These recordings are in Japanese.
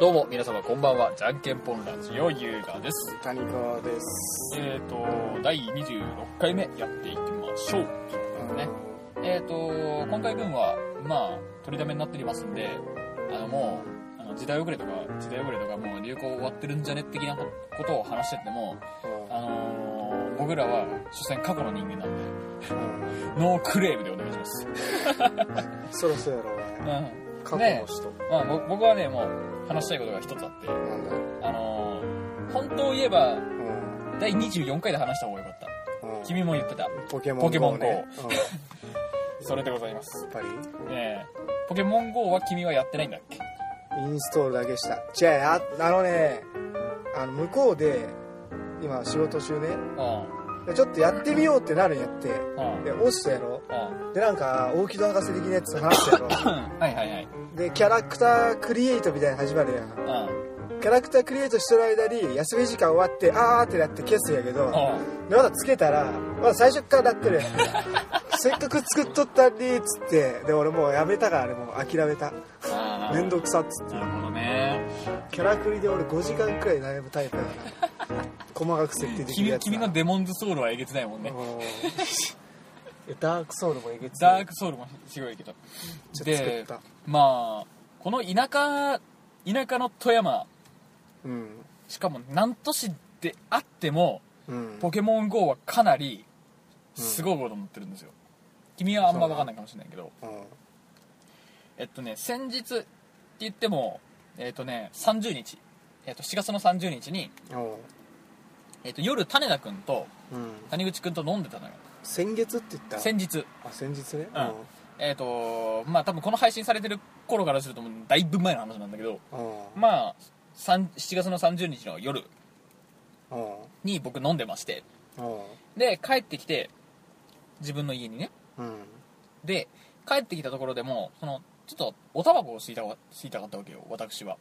どうも皆様こんばんはじゃんけんぽんラジオ優雅です谷川です。えっ、ー、と第26回目やっていきましょうねえっ、ー、と今回分はまあ取りだめになっておりますんであのもうあの時代遅れとか時代遅れとかもう流行終わってるんじゃね的なことを話しててもあのー僕らは所詮過去の人間なんでノークレームでお願いしますそろそろやろううね。ん過去の人。まあぼ僕はねもう話したいことが一つあってなんだあのー本当を言えばうん第24回で話した方が良かったうん君も言ってたポケモンポケモン GO ねうんやそれでございますっぱりねえポケモン GO は君はやってないんだっけインストールだけした。違うあ、あのね、あの、向こうで、今仕事中ね、うんでちょっとやってみようってなるんやって、うんで、落ちたやろ。うんで、なんか、大木戸博士的なやつと話したやろ。はいはいはいで、キャラクタークリエイトみたいなの始まるやん。うんキャラクタークリエイトしてる間に休み時間終わってあーってなって消すんやけどうでまだつけたらまだ最初っからなってる やんせっかく作っとったんでっつってで俺もうやめたからあれもう諦めたあー面倒くさっつってなるほどねキャラクリで俺5時間くらい悩むタイプやから細かく設定できる君やつ君のデモンズソウルはえげつないもんねうんいやダークソウルもえげつなダいークソウルもすごいけどちょっと作っでたまあこの田舎田舎の富山うんしかも何都市であってもうんポケモン GO はかなりすごいことになってるんですよ、君はあんま分かんないかもしれないけどうんえっとね先日って言ってもえっとね30日、えっと、7月の30日に、おうえっと、夜種田君とうん谷口君と飲んでたのよ先月って言った先日あ先日ねうんえっとまあ多分この配信されてる頃からするともうだいぶ前の話なんだけどうんまあ3 7月の30日の夜うんに僕飲んでましてうんで帰ってきて自分の家にねうんで帰ってきたところでもそのちょっとおタバコを吸いたわ吸いたかったわけよ私は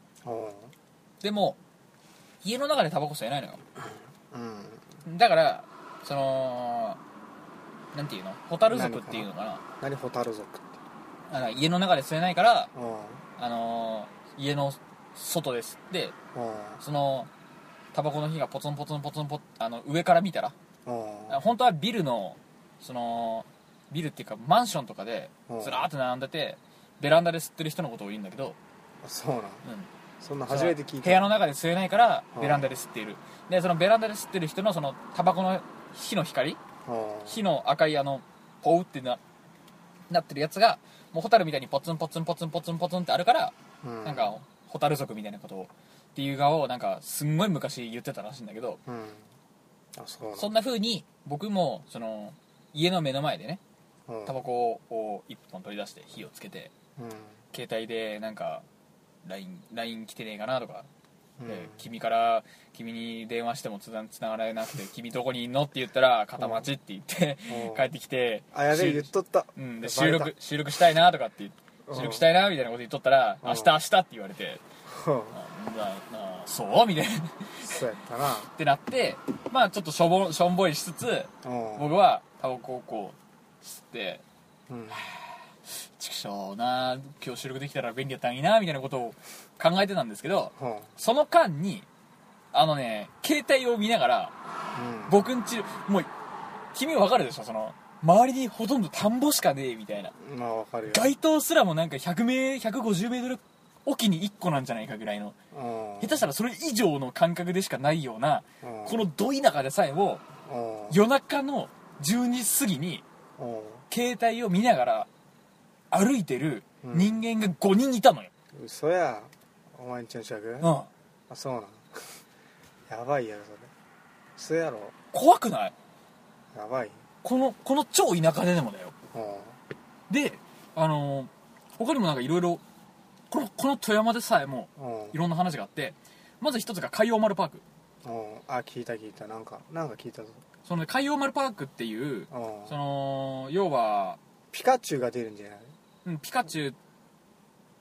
でも家の中でタバコ吸えないのようんだからそのなんていうのホタル族っていうのかな何ホタル族ってあの家の中で吸えないから、うんうんあのー家の外ですってそのタバコの火がポツンポツンポツンポツンあの上から見たらうんあ本当はビルのそのビルっていうかマンションとかでうんずらーって並んでてベランダで吸ってる人のことを言うんだけど、そうなんうん、そんな初めて聞い部屋たの中で吸えないからうんベランダで吸っている、でそのベランダで吸ってる人のそのタバコの火の光うん火の赤いあのポウってななってるやつがもうホタルみたいにポツンポツンポツンポツンポツンってあるから、うんなんかホタル族みたいなことをっていう側をなんかすんごい昔言ってたらしいんだけど、うんあそうなんそんな風に僕もその家の目の前でねうんタバコを1本取り出して火をつけてうん携帯でなんか LINE, LINE 来てねえかなとかうんで君から君に電話してもつなつながらなくて「君どこにいんの?」って言ったら「片町」って言ってうん帰ってきてあやべえ言っとったうん、でバ収レた録収録したいなとかって言ってうん収録したいなみたいなこと言っとったら「うん明日明日」って言われてうん「あななそう?」みたいな っそうやったなてなってまあちょっとしょぼしょんぼりしつつうん僕はタバコをこう吸ってうん「ちくしょうな今日収録できたら便利だったのにな」みたいなことを考えてたんですけどうんその間にあのね携帯を見ながらうん僕んちもう君わかるでしょその周りにほとんど田んぼしかねえみたいなまあわかるよ街灯すらもなんか100メ150メートルおきに1個なんじゃないかぐらいのうん下手したらそれ以上の感覚でしかないようなうんこのど田舎でさえもうん夜中の12時過ぎにう携帯を見ながら歩いてる人間が5人いたのよ、ん嘘やお前んちの近くうん、あそうなん やばいやろそれ嘘やろ怖くないやばいこのこの超田舎ででもだようんであのー他にもなんかいろいろこのこの富山でさえもうんいろんな話があってまず一つが海洋丸パークうんあ聞いた聞いたなんかなんか聞いたぞそのね海洋丸パークっていううんその要は、ピカチュウが出るんじゃないうん、ピカチュウ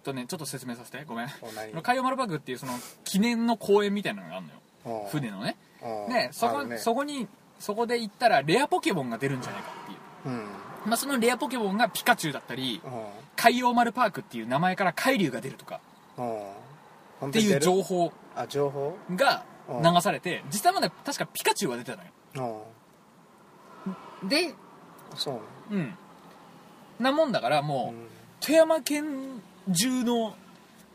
とねちょっと説明させてごめんお何その海洋丸パークっていうその記念の公園みたいなのがあるのようん船のねうんでそあこ,、るねそこにそこで行ったらレアポケモンが出るんじゃないかっていう、うんうんまあ、そのレアポケモンがピカチュウだったり海洋丸パークっていう名前から海流が出るとかうん本っ当てにい出うる情報あ情報がうん流されて実際まで確かピカチュウは出てたのようんでそううんなもんだからもう、なのうん富山県中の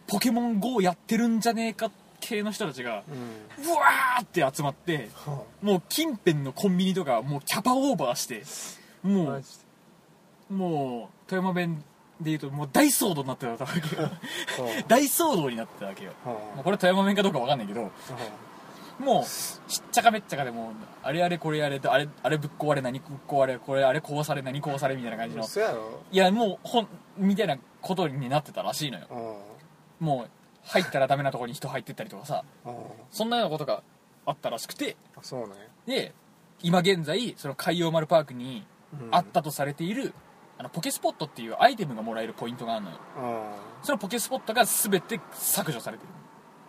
ポケモン GO やってるんじゃねえか系の人たちがうんうわーって集まってはもう近辺のコンビニとかもうキャパオーバーしてあもマジでうもう富山弁で言うともう大騒動になってたわけ よは大騒動になってたわけよあもうはこれ富山弁かどうかわかんないけどあはもうしっちゃかめっちゃかでもうあれあれこれあれあれあれぶっ壊れ何ぶっ壊れこれあれ壊され何壊されみたいな感じあのそうやろいやもうほんみたいなことになってたらしいのようんもう入ったらダメなとこに人入ってったりとかさうんそんなようなことがあったらしくてあそうねで今現在その海洋丸パークにうんあったとされている、あのポケスポットっていうアイテムがもらえるポイントがあるのようんそのポケスポットが全て削除されて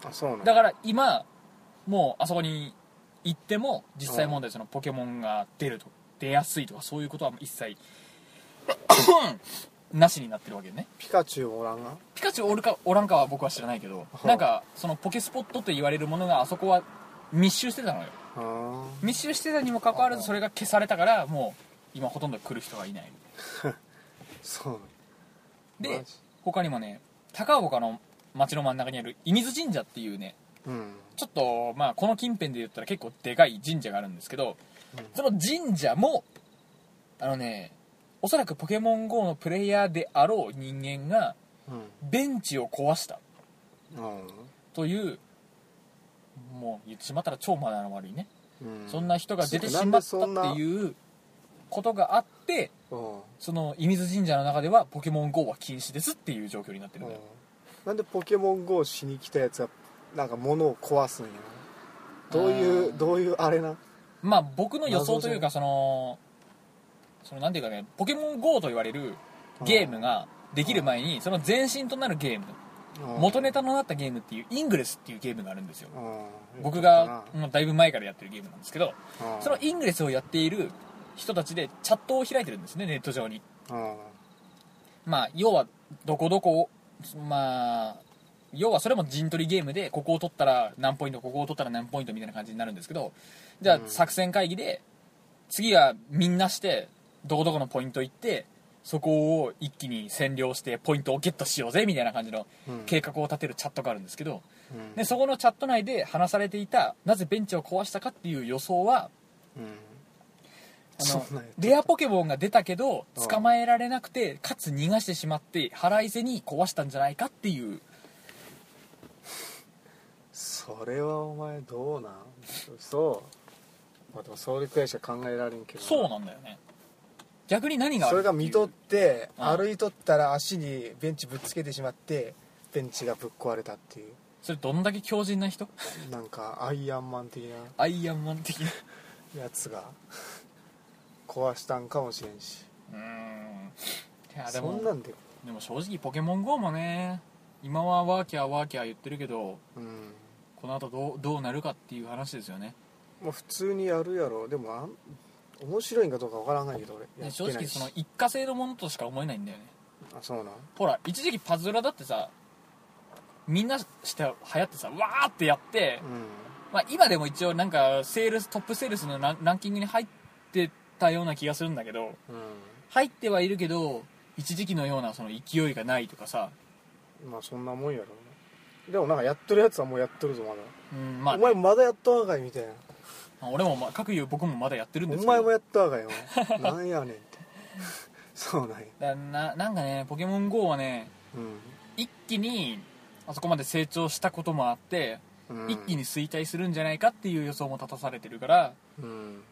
るあそうねだから今もうあそこに行っても実際問題そのポケモンが出ると出やすいとかそういうことはもう一切 なしになってるわけねピカチュウおらんがピカチュウおるかおらんかは僕は知らないけどほうなんかそのポケスポットと言われるものがあそこは密集してたのようん密集してたにもかかわらずほうそれが消されたからもう今ほとんど来る人がいないそうねでマジ他にもね高岡の町の真ん中にある射水神社っていうねうんちょっとまあこの近辺で言ったら結構でかい神社があるんですけどうんその神社もあのねおそらくポケモン GO のプレイヤーであろう人間がうんベンチを壊したうんというもう言ってしまったら超マナーの悪いね、うんそんな人が出てしまったっていうことがあってうんその射水神社の中ではポケモン GO は禁止ですっていう状況になってるんだよ、なんでポケモン GO しに来たやつがなんか物を壊すんやどういあうーどういうあれなまあ僕の予想というか謎そのそのなんていうかねポケモン GO と言われるゲームができる前にその前身となるゲーム元ネタタのなったゲームっていうイングレスっていうゲームがあるんですよ僕僕がもうだいぶ前からやってるゲームなんですけどそのいイングレスをやっている人たちでチャットを開いてるんですねネット上にまあ要はどこどこをまあ要はそれも陣取りゲームでここを取ったら何ポイントここを取ったら何ポイントみたいな感じになるんですけどじゃあうん作戦会議で次はみんなしてどこどこのポイント行ってそこを一気に占領してポイントをゲットしようぜみたいな感じの計画を立てるチャットがあるんですけどでそこのチャット内で話されていたなぜベンチを壊したかっていう予想はあのそうなんやレアポケモンが出たけどうん捕まえられなくてかつ逃がしてしまって腹いせに壊したんじゃないかっていうそれはお前どうなんそうまあでもそれくらいしか考えられんけどそうなんだよね逆に何があそるれがってい見うとってうん歩いとったら足にベンチぶつけてしまってベンチがぶっ壊れたっていうそれどんだけ強靭な人 なんかアイアンマン的なアイアンマン 的なやつが壊したんかもしれんしうーんいやでそもんなんででも正直ポケモン GO もね今はワーキャーワーキャー言ってるけどうんこの後どうどうなるかっていう話ですよねまあ普通にやるやろでもあん面白いんかどうかわからないけど俺やでっ正てな直いしその一過性のものとしか思えないんだよねあそうなんほら一時期パズドラだってさみんなして流行ってさわーってやって、うまあ、今でも一応なんかセールストップセールスのランランキングに入ってたような気がするんだけどん入ってはいるけど一時期のようなその勢いがないとかさ、うんまあそんなもんやろうなでもなんかやってるやつはもうやってるぞまだ、うんまあお前まだやったわかいみたいなまあ俺も、まあ、各言う僕もまだやってるんですおけど前もやったわかいよなんやねんって そうなんやだななんかねポケモン GO はねう一気にあそこまで成長したこともあって、ん、うん、一気に衰退するんじゃないかっていう予想も立たされてるからうん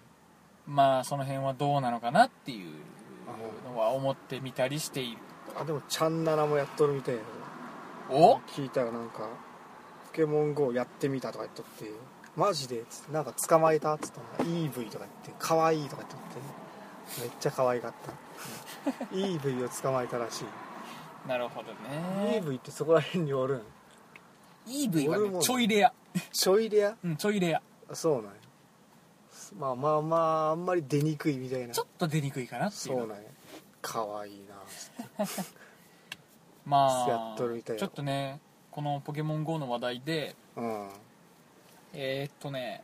まあその辺はどうなのかなっていうのは思ってみたりしているあでもチャンナナもやっとるみたいやお聞いたらなんか「ポケモン GO やってみた」とか言っとって「マジで」っつって「なんか捕まえた」っつって「EV」とか言って「かわいい」とか言っとってめっちゃ可愛かった EV を捕まえたらしいなるほどね EV ってそこら辺におるん EV は俺ねもちょいレアちょいレアうんちょいレアあそうなんやまあまあまああんまり出にくいみたいなちょっと出にくいかなっていそううなんや可愛いなまあやっとるみたいよちょっとねこの「ポケモン GO」の話題でうんえーっとね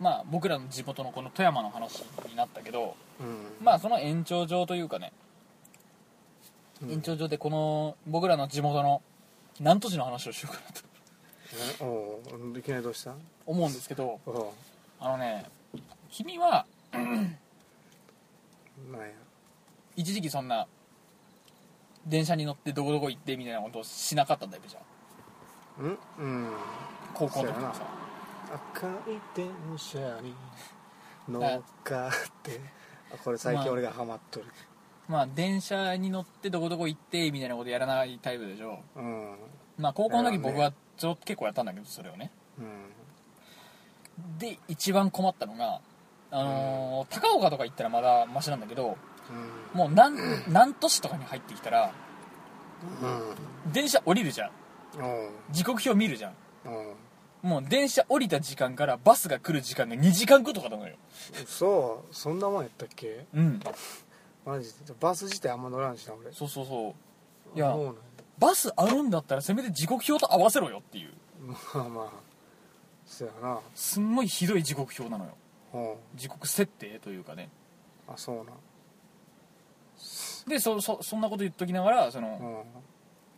まあ僕らの地元のこの富山の話になったけどうんまあその延長上というかね延長上でこの僕らの地元の南砺市の話をしようかなとうんおういきなりどうした思うんですけどおうあのね君はなんや一時期そんな電車に乗ってどこどこ行ってみたいなことをしなかったんだよじゃんうんうん高校の時とかそさう赤い電車に乗っかってあこれ最近俺がハマっとる、まあ電車に乗ってどこどこ行ってみたいなことやらないタイプでしょうんまあ高校の時だよね僕はちょ結構やったんだけどそれをねうんで一番困ったのがあのー高岡とか行ったらまだマシなんだけどうんもう 南南都市とかに入ってきたら電車降りるじゃんうんおう時刻表見るじゃんおうもう電車降りた時間からバスが来る時間が2時間後とかなのよそうそんなもんやったっけうんマジでバス自体あんま乗らんしな俺そうそうそういやそうなんやバスあるんだったらせめて時刻表と合わせろよっていうまあまあそうやなすんごいひどい時刻表なのようん時刻設定というかねあそうなんでそそそんなこと言っときながらその、うん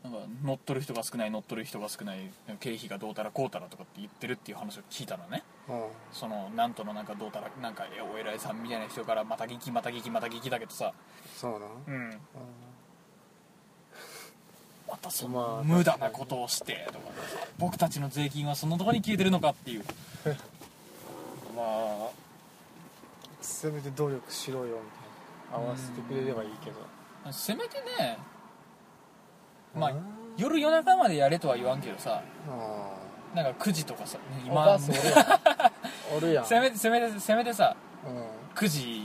なんか乗っ取る人が少ない乗っ取る人が少ない経費がどうたらこうたらとかって言ってるっていう話を聞いたのねうんそのなんとのなんかどうたらなんかお偉いさんみたいな人からまた聞きまた聞きまた聞きだけどさそうなんうんうまたそまのあ無駄なことをしてとか僕たちの税金はそんなとこに消えてるのかっていうまあんせめて努力しろよみたいな合わせてくれればいいけどせめてねまあうん夜夜中までやれとは言わんけどさうんなんか9時とかさお今母さん おるやんお るせやんめてせめてせめてさうん9時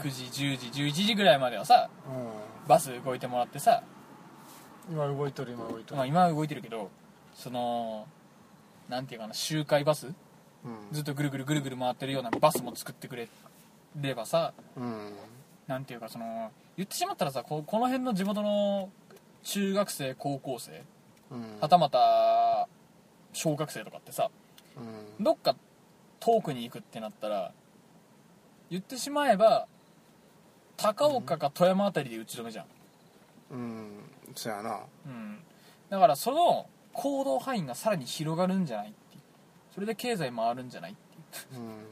9時10時11時ぐらいまではさうんバス動いてもらってさ、今動いとる今動いとるまあ、今は動いてるけどそのなんていうかな周回バスうんずっとぐるぐるぐるぐる回ってるようなバスも作ってくれればさうんなんていうかその言ってしまったらさここの辺の地元の中学生高校生うんはたまた小学生とかってさうんどっか遠くに行くってなったら言ってしまえば高岡か富山あたりで打ち止めじゃん、うんそやなうん、だからその行動範囲がさらに広がるんじゃないっていうそれで経済回るんじゃないっていううん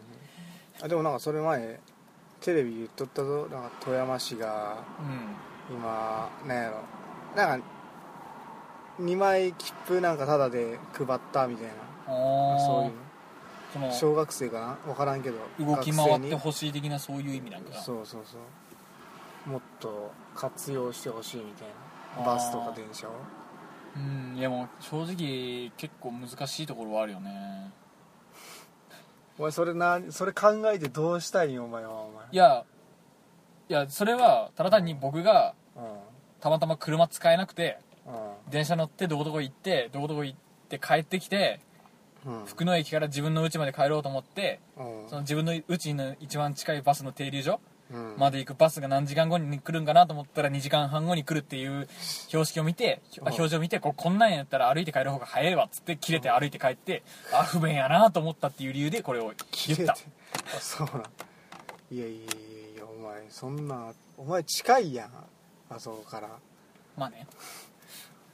あでもなんかそれ前テレビ言っとったぞなんか富山市が今なんやろなんか2枚切符なんかタダで配ったみたいなうんああそういうののそ小学生かな分からんけどの動き回っ学て生にほしい的なそういう意味なんかなそうそうそうもっと活用してほしいみたいあーなバスとか電車をうんいやもう正直結構難しいところはあるよねお前それなそれ考えてどうしたいんよお前はお前いやいやそれはただ単に僕がたまたま車使えなくてう電車乗ってどこどこ行ってどこどこ行って帰ってきてんうん福野駅から自分の家まで帰ろうと思ってうんその自分の家の一番近いバスの停留所うんまで行くバスが何時間後に来るんかなと思ったら2時間半後に来るっていう標識を見てあうん表示を見てこうこんなんやったら歩いて帰る方が早いわっつって切れて歩いて帰ってあ不便やなと思ったっていう理由でこれを言った切れてあそうなん いやいやいやいやお前そんなお前近いやんあそこからまあね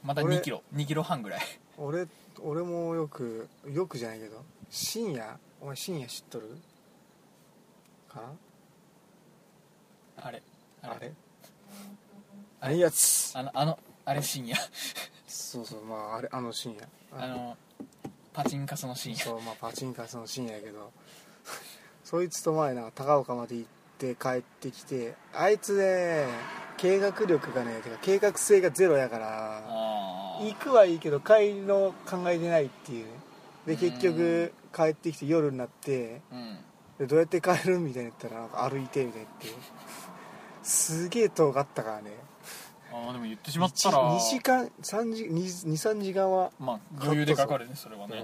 また俺2キロ2キロ半ぐらい俺俺もよくよくじゃないけど深夜お前深夜知っとるかあれなあれああれれやつあのあのあれ深夜そうそうまああれあの深夜あのパチンカスの深夜そうまあパチンカスの深夜やけど そいつと前なんか高岡まで行って帰ってきてあいつね計画力がねてか計画性がゼロやからあ行くはいいけど帰りの考えてないっていううでん結局帰ってきて夜になってあうんでどうやって帰るみたいに言ったらなんか歩いてみたいに言ってすげえ遠かったからねああでも言ってしまったら2時間3時23時間はまあ余裕でかかるねそれはね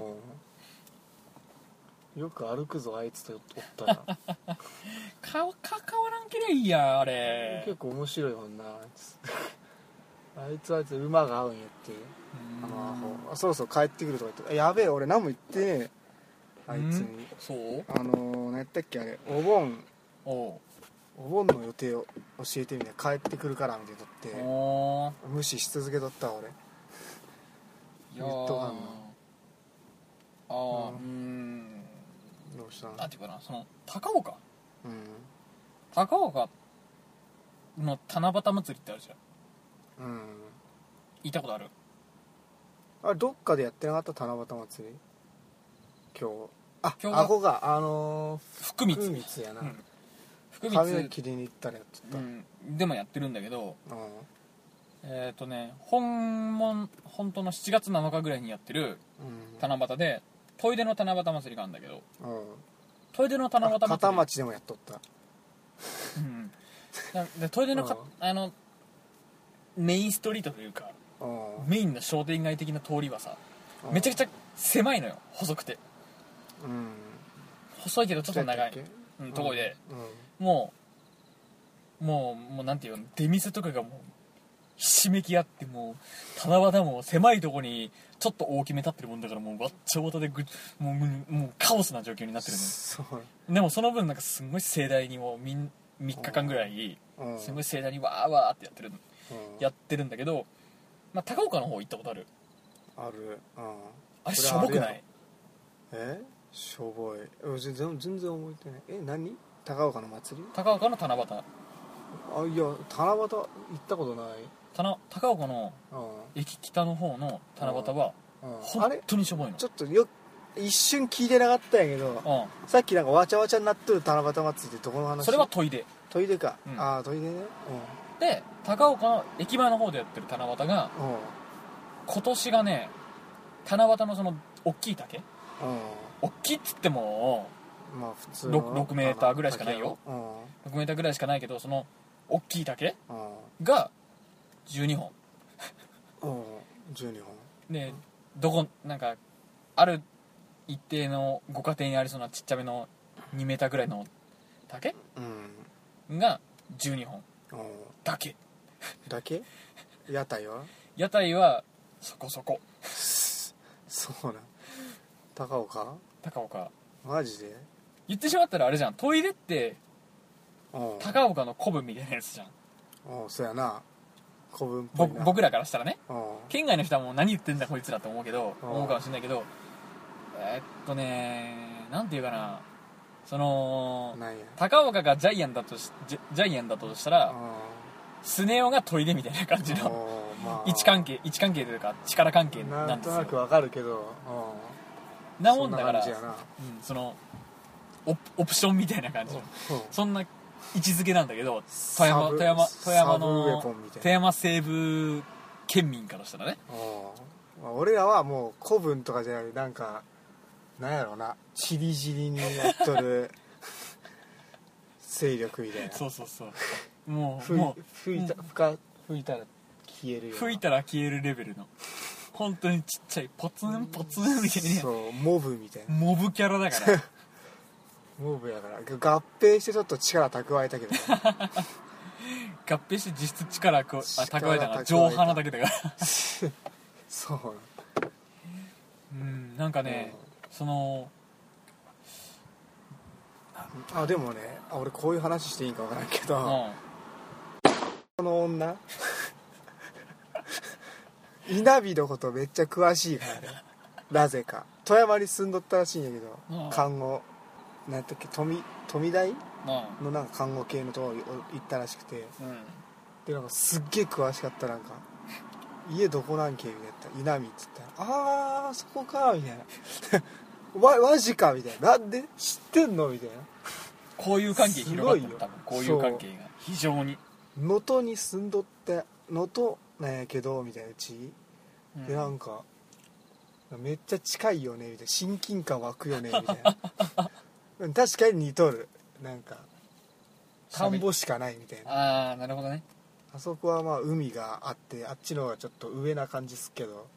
うんよく歩くぞあいつとおったら 顔か関わらんけりゃいいやんあれ結構面白いもんなあいつあ あいつあいつ馬が合うんやってあのアホあそろそろ帰ってくるとか言って「やべえ俺何も言ってねえあいつうにんそうあのー何やったっけあれお盆おうお盆の予定を教えてみて帰ってくるから」みたいな言っとっておー無視し続けとったわ俺いやー言っとかんなあーううーんんどうしたのなんていうかなその高岡う高岡の七夕祭りってあるじゃんんうん行ったことあるあれどっかでやってなかった七夕祭り今日あ今日はあこがあの福ー光福光やな、うん福髪の毛光、切りに行ったらやってた、ううんん、でもやってるんだけどえっ、とね本門本当の7月7日ぐらいにやってるうん七夕でトイレの七夕祭りがあるんだけどうんトイレの七夕祭り片町でもやっとったうんなでトイレのかうんあのメインストリートというかうんメインの商店街的な通りはさめちゃくちゃゃ狭いのよ細くてうん細いけどちょっと長いどうやったっ、うけん、とこで、うんもうもうもうなんていうの出店とかがもうひしめき合ってもう七夕も狭いとこにちょっと大きめ立ってるもんだからもうわっちゃわたでぐもうもうもうカオスな状況になってるのよそうでもその分なんかすごい盛大にもうみん3日間ぐらいうんすごい盛大にわーわーってやってるのうんやってるんだけど、まあ、高岡の方行ったことあるあるうんあれこれしょぼくあなれやいえしょぼいえ全然全然覚えてないえ何高岡の祭り高岡の七夕あいや七夕行ったことないたな高岡のう駅北の方の七夕はんうんあ本れ当にしょぼいのちょっとよ一瞬聞いてなかったんやけどうさっきなんかわちゃわちゃになっとる七夕祭りってどこのん、話それはトイレトイレか、うんああトイレねで高岡の駅前の方でやってる七夕がうんうん今年がね七夕のその大きい竹う大きいっつってもんまあ普通ろくろくメーターぐらいしかないようんうん6メーターぐらいしかないけどその大きい竹が12本うん12本でどこなんかある一定のご家庭にありそうなちっちゃめの2メーターぐらいの竹うんが12本うんだけだけ屋台は 屋台はそこそこそうなん高岡高岡マジで言ってしまったらあれじゃんトイレってうん高岡の古文みたいなやつじゃんうんそうやな古文っぽぼいな僕らからしたらねうん県外の人はもう何言ってんだこいつらと思うけどうん思うかもしれないけどえーっとねなんていうかなそのなんや高岡がジャイアンだとしジャジャイアンだとしたらスネ夫がトイレみたいな感じうんのうんまあ位置関係位置関係というか力関係ななんんですとよなくわかるけどうなんもそんんだなから感じやなうん、そのオプオプションみたいな感じのうんそんな位置づけなんだけど富山サブ富山富山サブウェポのンみたいな富山西部県民からしたらねうんまあ俺らはもう古文とかじゃなくなんかなんやろうなちりじりにやっと る勢力みたいなそうそうそうもう吹いも吹いた吹か吹いたら消えるうような吹いたら消えるレベルの本当にちっちゃいポツンポツンみたいなそうモブみたいなモブキャラだから モブやから合併してちょっと力蓄えたけ どね合併して実質力こうあ蓄えたのは力蓄えた上派なだけだからそううんなんかね、そのなあでもねあ俺こういう話していいんかわからんけど、うんこの女 稲火のことめっちゃ詳しいからねなぜか富山に住んどったらしいんやけど、うん看護なんやったっけ富富大まのなんか看護系のところに行ったらしくてあうんでなんかすっげえ詳しかったなんか家どこなんけみたいな稲見っつったら「あーそこか」みたいな「 わマジか」みたいな「なんで知ってんの?」みたいなこういう関係広がったのすご多いよ分こういう関係が非常に、能登に住んどって能登なんやけどみたいなうちうんでなんかめっちゃ近いよねみたいな親近感湧くよねみたいな うん確かに似とるなんか田んぼしかないみたいなああなるほどねあそこはまあ海があってあっちの方がちょっと上な感じすっけど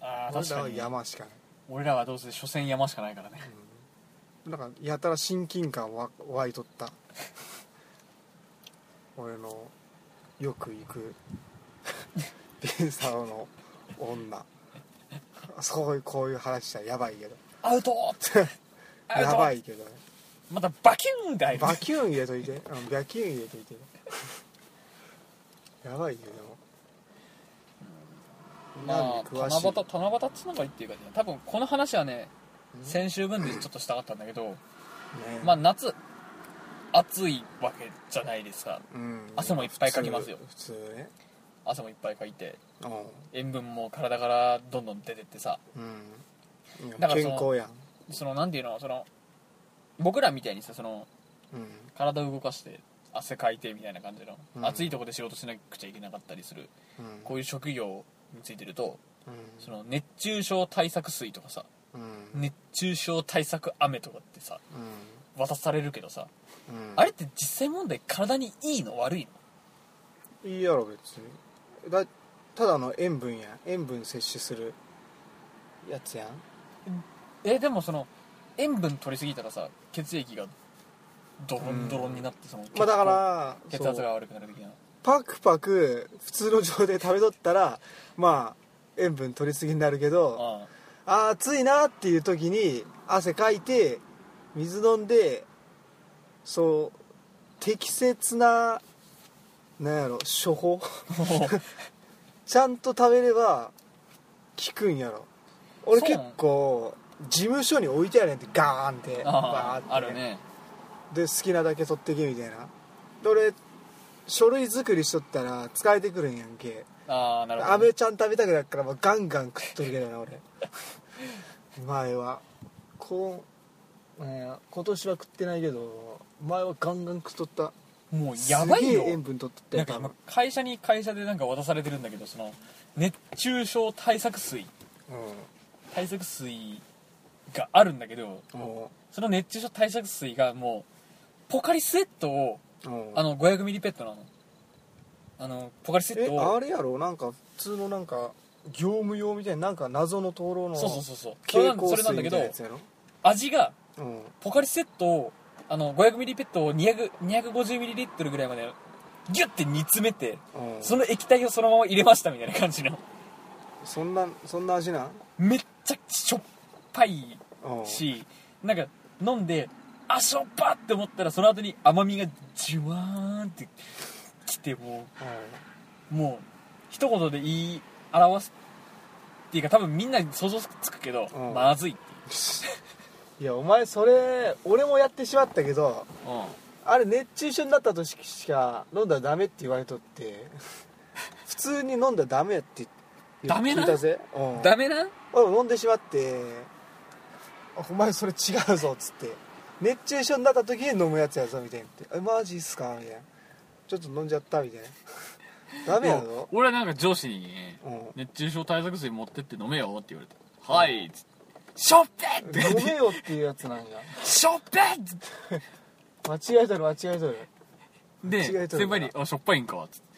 ああ俺確らかはに山しかない俺らはどうせ所詮山しかないからねなんかやたら親近感わ湧いとった 俺のよく行くピンサロの女そういうこういう話したらやばいけどアウトアウト やばいけどねまたバキュンがいるバキューン入れといてうんバキューン入れといてやばいよでもまあなんで詳しい七夕七夕つながりっていうかね多分この話はねうん先週分でちょっとしたかったんだけど、ねまあ夏暑いわけじゃないですかうん汗もいっぱいかきますよ普通普通ね汗もいっぱいかいてう塩分も体からどんどん出てってさんうんいやだからそ健の康やんそのなんていうのその僕らみたいにさそのうん体を動かして汗かいてみたいな感じの、うん暑いとこで仕事しなくちゃいけなかったりするうんこういう職業についてるとうんその熱中症対策水とかさうん熱中症対策雨とかってさ渡されるけどさ、うんうんあれって実際問題体にいいの悪いのいいやろ別にだただの塩分やん塩分摂取するやつやんえでもその塩分取りすぎたらさ血液がドロンドロンになってその、まあだから血圧そうが悪くなる的なパクパク普通の状態で食べとったらまあ塩分取りすぎになるけどああー暑いなっていう時に汗かいて水飲んでそう適切ななんやろ処方ちゃんと食べれば効くんやろ俺そう結構事務所に置いてあるやんってガーンってあ バあーあってるねで好きなだけ取ってけみたいなで俺書類作りしとったら疲れてくるんやんけああなるほアどねメちゃん食べたくなるからもうガンガン食っとるけどな俺前はこう、えー今年は食ってないけど前はガンガン食っとったもうやばいすげえ塩よ分取っとなったよんか多今分会社に会社でなんか渡されてるんだけどその熱中症対策水対策水があるんだけどうんもその熱中症対策水がもうポカリスエットをうもうあの500ミリペットなのあのポカリスエッえトをあれやろなんか普通のなんか業務用みたいななんか謎の灯籠のそうそうそうそうそれな蛍んそ光れな水んだみけたいどなやつやろ味がうんポカリスエットをあの 500ml ペットを200 250ml ぐらいまでギュッて煮詰めてうんその液体をそのまま入れましたみたいな感じのそんなそんな味なんめっちゃしょっぱいうんしなんか飲んであしょっぱって思ったらその後に甘みがジュワーンってきてもううもう一言で言い表すっていうか多分みんな想像つくけどうんまずいっていんいやお前それ俺もやってしまったけどう、うん、あれ熱中症になった時しか飲んだらダメって言われとって普通に飲んだらダメって言ダメな聞いたぜ、うん、ダメな俺も飲んでしまってあお前それ違うぞっつって熱中症になった時に飲むやつやぞみたいなってえマジっすかみたいなちょっと飲んじゃったみたいなダメやぞ俺はなんか上司にねうん 熱中症対策水持ってって飲めよって言われて「はい」っつって「しょっぺ!」って飲めよっていうやつなんや「しょっぺ!」っつって間違えとる間違えとる間違でえと先るな輩に「あしょっぱいんか」っつって。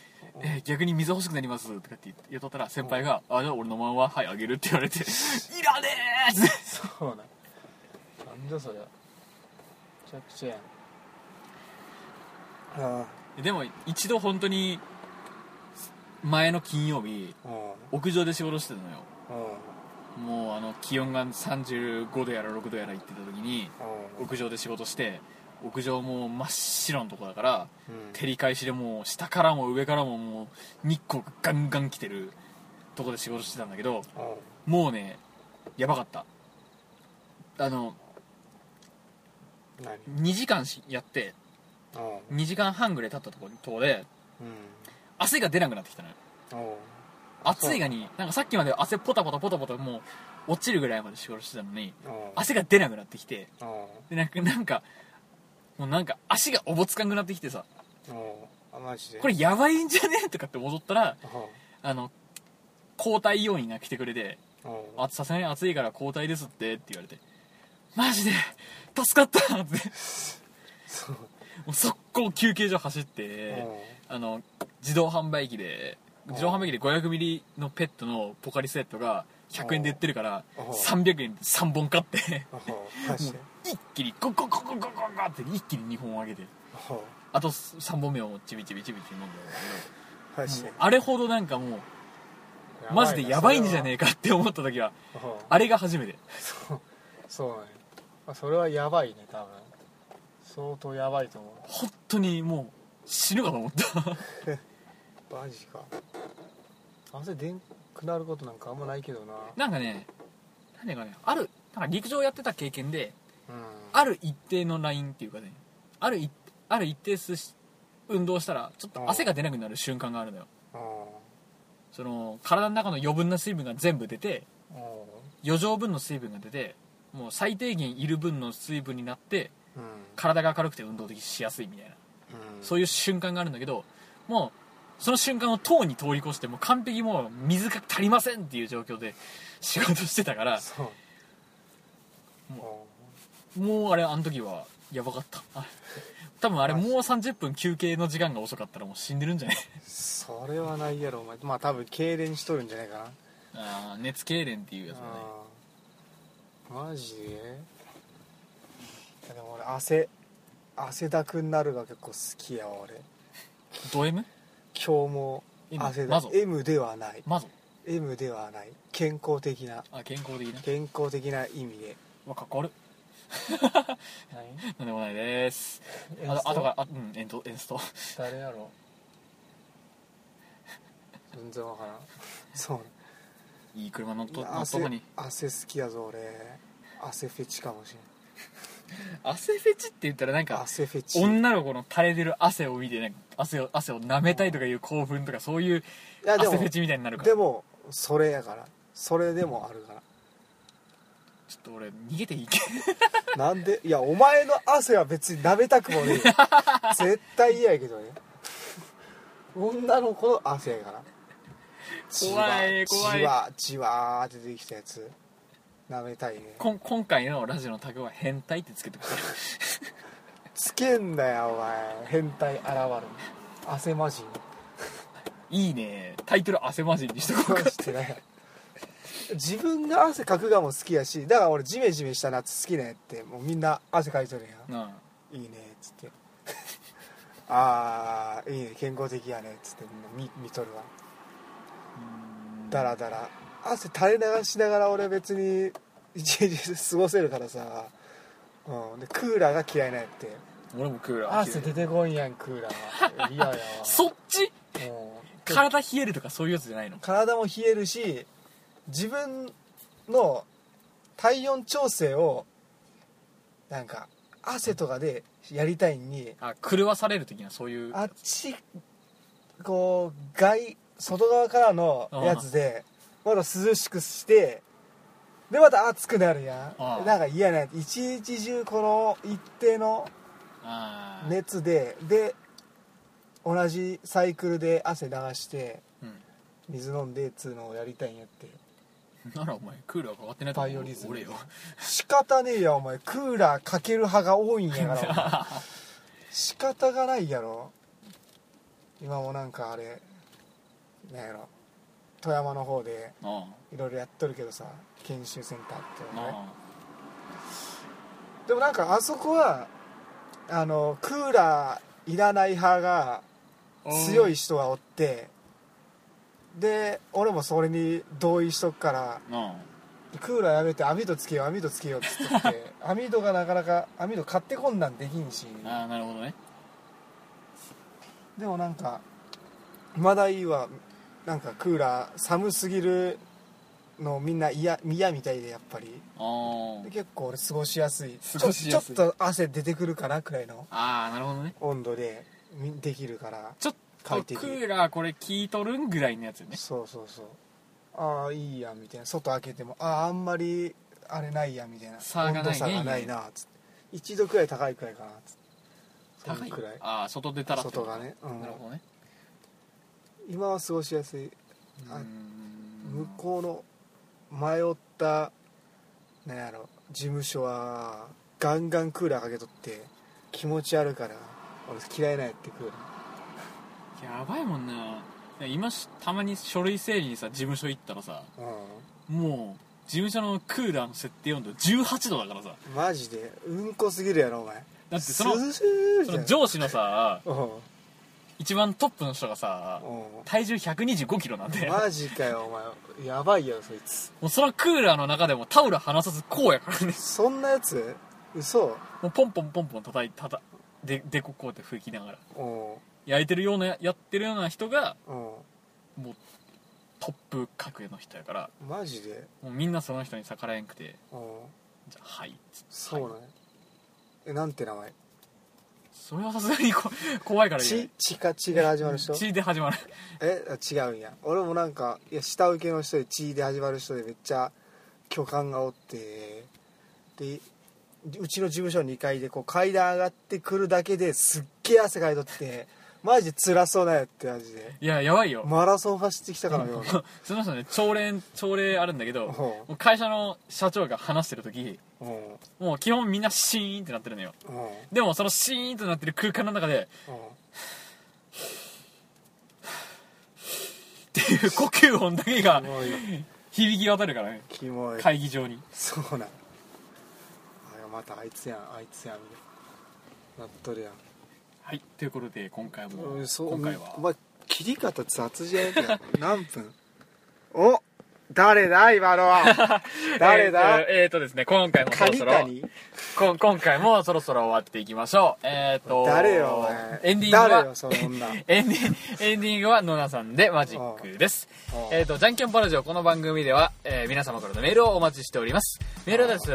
えー逆に水欲しくなりますとかって言っとったら先輩が「あじゃあ俺のままはいあげる」って言われ て「いらねえ!」っつってそうなんなんだそりゃめちゃくちゃやんあでも一度本当に前の金曜日あうん屋上で仕事してたのようんうんもうあの気温が35度やら6度やら行ってた時に屋上で仕事して屋上もう真っ白のとこだからうん照り返しでもう下からも上からももう日光がガンガン来てるとこで仕事してたんだけどうもうねやばかったあのん何2時間しやってうん2時間半ぐらい経ったところで汗が出なくなってきたのようんうん暑いがになんかさっきまで汗ポタポタポタポタもう落ちるぐらいまで仕事してたのにうん汗が出なくなってきてうでんなんかなんかもうなんか足がおぼつかんくなってきてさうんあマジでこれやばいんじゃねとかって戻ったらうあの交代要員が来てくれてんうんあさすがに暑いから交代ですってって言われてマジで助かったってそうもう速攻休憩所走っうんてあの自動販売機で自動販売機で500ミリのペットのポカリスエットが100円で売ってるからうん300円で3本買ってうんマジで一気にコココココココって一気に2本あげてうんあと3本目をチビチビチビチビ飲んだんだけどマジであれほどなんかもうやばいなマジでやばいんじゃねえかって思った時はうんあれが初めてそうそうなんやまあそれはやばいね多分相当やばいと思本当にもう死ぬかと思ったうマジか汗でんくなることなんかあんまないけどななんかね、なんていうかね、ある、なんか陸上やってた経験で、うんある一定のラインっていうかね、ある一、ある一定数し運動したら、ちょっと汗が出なくなる瞬間があるのよ。うその、体の中の余分な水分が全部出て、んうん余剰分の水分が出て、もう最低限いる分の水分になって、うん体が明るくて運動的しやすいみたいな、うんそういう瞬間があるんだけど、もう、その瞬間をとうに通り越して、もう完璧もう水が足りませんっていう状況で仕事してたから、そうももうあれあの時はやばかったあ多分あれもう30分休憩の時間が遅かったらもう死んでるんじゃないうんそれはないやろお前まあ多分痙攣しとるんじゃないかなあー熱痙攣っていうやつだねうんマジでいやでも俺汗汗だくになるが結構好きやわ俺ド M? 今日も M 汗マだゾ M ではないマゾ M ではない健康的なあ健康的な健康的な意味でうわかっこ悪い何なんでもないですあとあとがあうんエントエンスト誰やろ全然わからんそういい車乗っと乗っとった汗に汗好きやぞ俺汗フェチかもし汗フェチって言ったらなんれんか汗フェチ女の子の垂れてる汗を見てなんか汗を汗を舐めたいとかいう興奮とかそういういやで汗もフェチみたいになるからでもそれやからそれでもあるからちょっと俺逃げていいけなんでいやお前の汗は別に舐めたくもねえ よ絶対嫌やけどね女の子の汗やからじわ怖い怖いじわじわーって出てきたやつ舐めたいねこん今回のラジオのタグは変態ってつけてくれつけんなよお前変態現る汗マジンいいねタイトル汗マジンにしとこうかしてない自分が汗かくがも好きやしだから俺ジメジメした夏好きねってもうみんな汗かいとるやん うんいいねっつってああいいね健康的やねっつってみんな見見とるわだらだら汗垂れ流しながら俺別に一日過ごせるからさ、うん、でクーラーが嫌いなんやって俺もクーラー汗出てこんやんクーラー嫌やわ そっちうんで体冷えるとかそういうやつじゃないの体も冷えるし自分の体温調整をなんか汗とかでやりたいのにあ狂わされる的なそういうあっちこう外外側からのやつでまだ涼しくしてでまた暑くなるやうんんなんか嫌なやつ一日中この一定のあー熱でで同じサイクルで汗流してうん 水飲んでっつうのをやりたいんやってならお前クーラー変わってないバイオリズム俺 よ仕方ねえやお前クーラーかける派が多いんや からお前仕方がないやろ今もなんかあれなんやろ富山の方であいろいろやっとるけどさ研修センターっていうあのねあでもなんかあそこはあのクーラーいらない派があ強い人がおってで俺もそれに同意しとくからあクーラーやめて網戸つけよう網戸つけようっつって網戸がなかなか網戸買ってこんなんできんしあああなるほどねでもなんかまだいいわなんかクーラー寒すぎるのみんな嫌嫌みたいでやっぱりあで結構俺過ごしやすい過ごしやすいちょちょっと汗出てくるかなくらいのああーなるほどね温度でみできるからちょっ快とク適ーラーこれ効いとるんぐらいのやつよねそうそうそうああいいやみたいな外開けてもあああんまりあれないやみたいな差がないね温度差がないなつって1度くらい高いくらいかなつってそ高のいくらいああ外出たらって外がね、うんなるほどね今は過ごしやすいあうん向こうの迷ったなんやろ事務所はガンガンクーラーかけとって気持ちあるから俺嫌いなんやってクーラやばいもんな今したまに書類整理にさ事務所行ったらさーもう事務所のクーラーの設定温度18度だからさうんマジでうんこすぎるやろお前だってその涼しいみそたいのな上司のさうん一番トップの人がさお体重1 2 5キロなんで、うもマジかよお前やばいよそいつうそのクーラーの中でもタオル離さずこうやからねそんなやつ嘘もうポンポンポンポン叩いたたででここうって吹きながらお焼いてるようなやってるような人がうおもうトップ格の人やからうマジでもうみんなその人に逆らえんくておうじゃあはいっつってそうなんはいやえなんて名前それはさすがにこ怖いから言えなちいちかちから始まる人血で始まるえあ違うんや俺もなんかいや下請けの人で「ち」で始まる人でめっちゃ巨漢がおってでうちの事務所2階でこう階段上がってくるだけですっげえ汗かいとってマジ辛そうなやってマジでいややばいよ、マラソン走って きたからようその人ね朝礼朝礼あるんだけどなもおう会社の社長が話してる時うおもう基本みんなシーンってなってるのようおうでもそのシーンとなってる空間の中でおっていう呼吸音だけうがキモい響き渡るからねキモい会議場にそうなんあれまたあいつやんあいつやんみたいななっとるやんはいということで今回もうんそう今回おは前切り方雑じゃん何分 お誰だ今の は誰えーえだーえーとですね今回もそろカニそカろニこ今回もそろそろ終わっていきましょうえっ、ー、と誰よお前エンディング誰はよその女エンディングエンディングは野田さんでマジックですおうえっ、とじゃんけんぽんラジオこの番組では、えー皆様からのメールをお待ちしておりますメールアドレス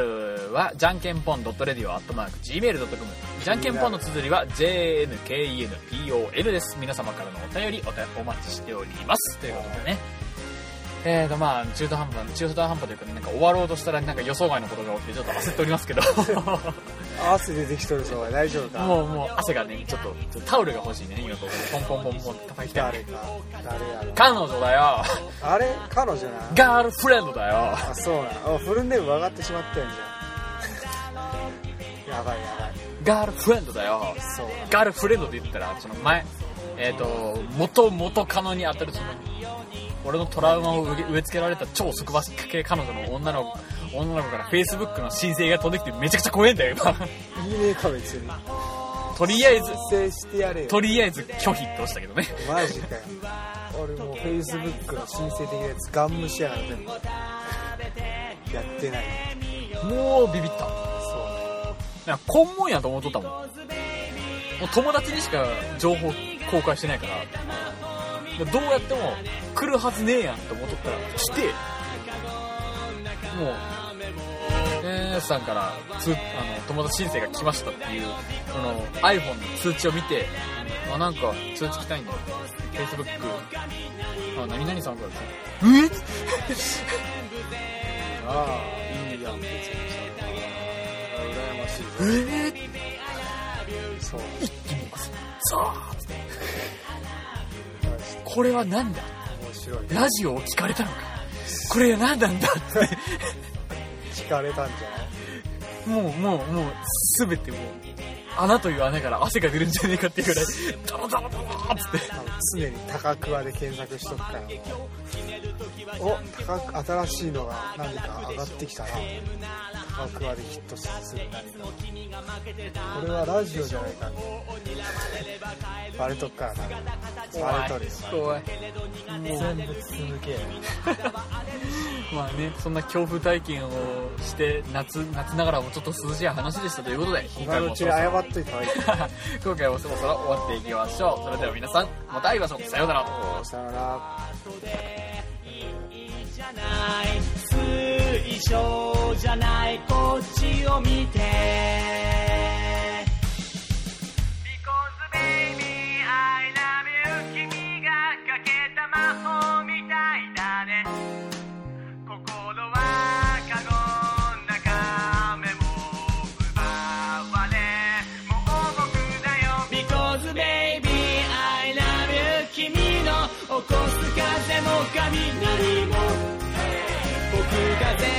はじゃんけんぽん .radio.gmail.com じゃんけんぽんの綴りは JNKENPON です皆様からのお便りおたお待ちしておりますということでねえーとまあ中途半端中途半端というかなんか終わろうとしたらなんか予想外のことが起きてちょっと焦っておりますけど汗出てきとるぞお前大丈夫かもうもう汗がねちょっとちょっとタオルが欲しいね今ここでポンポンポンポンって叩きたい誰か誰やろ彼女だよあれ彼女なガールフレンドだよあそうなおフルネーム分かってしまったやんじゃん やばいやばいガールフレンドだよそうなガールフレンドって言ったらその前えっ、と元元カノに当たるその俺のトラウマを植え植え付けられた超束縛系彼女の女の子女の子から Facebook の申請が飛んできてめちゃくちゃ怖えんだよ今いいねえか別にとりあえず制してやれよとりあえず拒否って押したけどねマジかよ俺もうフェイスブックの申請的なやつガン無視やから全部やってないもうビビったそなんかこんもんやと思っとったもんもう友達にしか情報公開してないからどうやっても来るはずねえやんと思っとったら来てもうえーさんからつあの友達申請が来ましたっていうその iPhone の通知を見てあなんか通知来たいんだよ Facebook あ何々さんからですねえっうねああいいやん別に羨ましいえっそうさあマジでこれは何だ面白いラジオを聞かれたのかこれ何なんだって聞かれたんじゃないもうもうもう全てもう穴という穴から汗が出るんじゃねえかっていうぐらいダラダラダラーっつって多分常に高桑で検索しとくからもうお高く新しいのが何か上がってきたな高桑でヒットする何かこれはラジオじゃないかバレとくからなバレとるよ怖い全部続けまあねそんな恐怖体験をして夏夏ながらもちょっと涼しい話でしたということで今今回のうもそちにろそろ謝っといた方がいい今回もそろそろ終わっていきましょうそれでは皆さんまた会いましょうさようならさよならじゃない水晶じゃないこっちを見て Because baby I love you 君がかけた魔法みたいだね心はカゴの中目も奪われもう僕だよ Because baby I love you 君の起こす風も雷も僕が全